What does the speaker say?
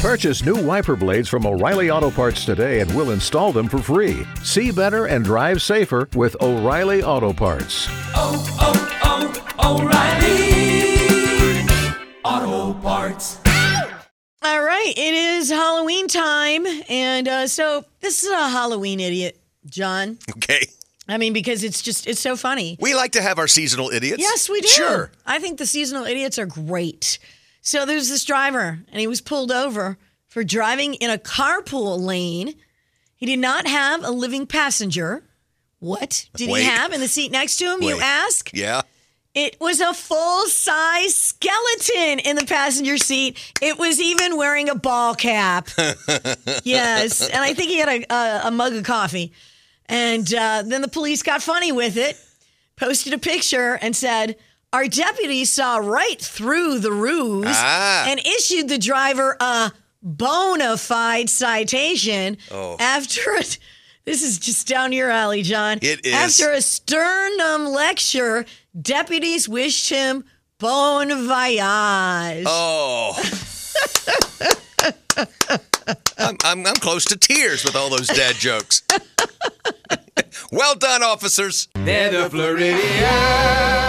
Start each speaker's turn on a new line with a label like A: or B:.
A: Purchase new wiper blades from O'Reilly Auto Parts today and we'll install them for free. See better and drive safer with O'Reilly Auto Parts.
B: oh, oh, O'Reilly Auto Parts.
C: All right, it is Halloween time, and uh, so this is a Halloween idiot, John.
D: Okay.
C: I mean, because it's just it's so funny.
D: We like to have our seasonal idiots.
C: Yes, we do.
D: Sure.
C: I think the seasonal idiots are great. So there's this driver, and he was pulled over for driving in a carpool lane. He did not have a living passenger. What did
D: Wait.
C: he have in the seat next to him? You
D: Wait.
C: ask.
D: Yeah.
C: It was a full size skeleton in the passenger seat. It was even wearing a ball cap. yes. And I think he had a, a, a mug of coffee. And uh, then the police got funny with it, posted a picture, and said, Our deputy saw right through the ruse
D: Ah.
C: and issued the driver a bona fide citation
D: Oh.
C: after it. This is just down your alley, John.
D: It is.
C: After a sternum lecture, deputies wished him bon voyage.
D: Oh. I'm, I'm, I'm close to tears with all those dad jokes. well done, officers.
B: They're the Floridians.